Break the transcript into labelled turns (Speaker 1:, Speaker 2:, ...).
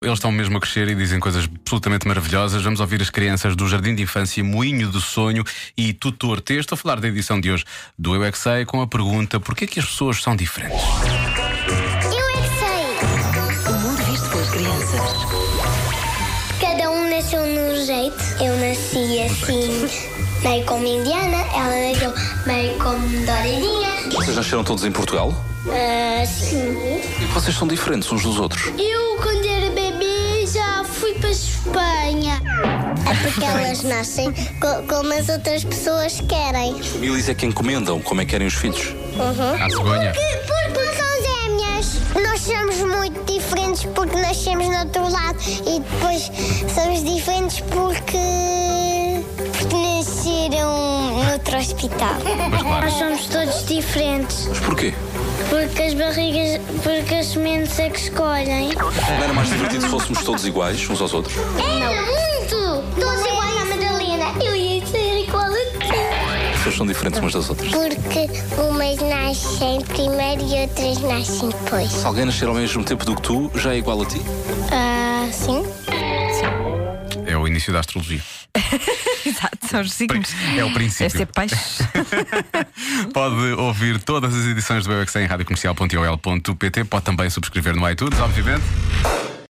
Speaker 1: eles estão mesmo a crescer e dizem coisas absolutamente maravilhosas. Vamos ouvir as crianças do Jardim de Infância Moinho do Sonho e Tutor T. Estou a falar da edição de hoje do Eu é Que Sei com a pergunta: porquê que as pessoas são diferentes?
Speaker 2: Eu é que sei!
Speaker 3: O mundo visto pelas crianças.
Speaker 2: Cada um nasceu num jeito. Eu nasci assim, meio como indiana, ela nasceu meio como douradinha.
Speaker 4: Vocês nasceram todos em Portugal?
Speaker 2: Ah, sim.
Speaker 4: E vocês são diferentes uns dos outros?
Speaker 2: Eu, quando era bebê, já fui para a Espanha. É porque elas nascem co- como as outras pessoas querem.
Speaker 4: Famílias é que encomendam como é que querem os filhos.
Speaker 1: À cegonha.
Speaker 2: Porque, porque são gêmeas. Nós somos muito diferentes porque nascemos no outro lado e depois somos diferentes porque, porque nasceram noutro hospital. Nós somos todos diferentes
Speaker 4: Mas porquê?
Speaker 2: porque as barrigas, porque as sementes é que escolhem.
Speaker 4: Não era mais divertido se fôssemos todos iguais uns aos outros?
Speaker 2: Era É muito! Todos iguais é à Madalena. Eu ia ser igual a ti.
Speaker 4: Vocês são diferentes umas das outras.
Speaker 2: Porque umas nascem primeiro e outras nascem depois.
Speaker 4: Se alguém nascer ao mesmo tempo do que tu, já é igual a ti.
Speaker 2: Ah, sim?
Speaker 1: É o início da astrologia.
Speaker 5: Exato, são os signos.
Speaker 1: É o princípio.
Speaker 5: Deve ser peixe.
Speaker 1: Pode ouvir todas as edições do Eu é Que Sei em radiocomercial.ol.pt. Pode também subscrever no iTunes, obviamente.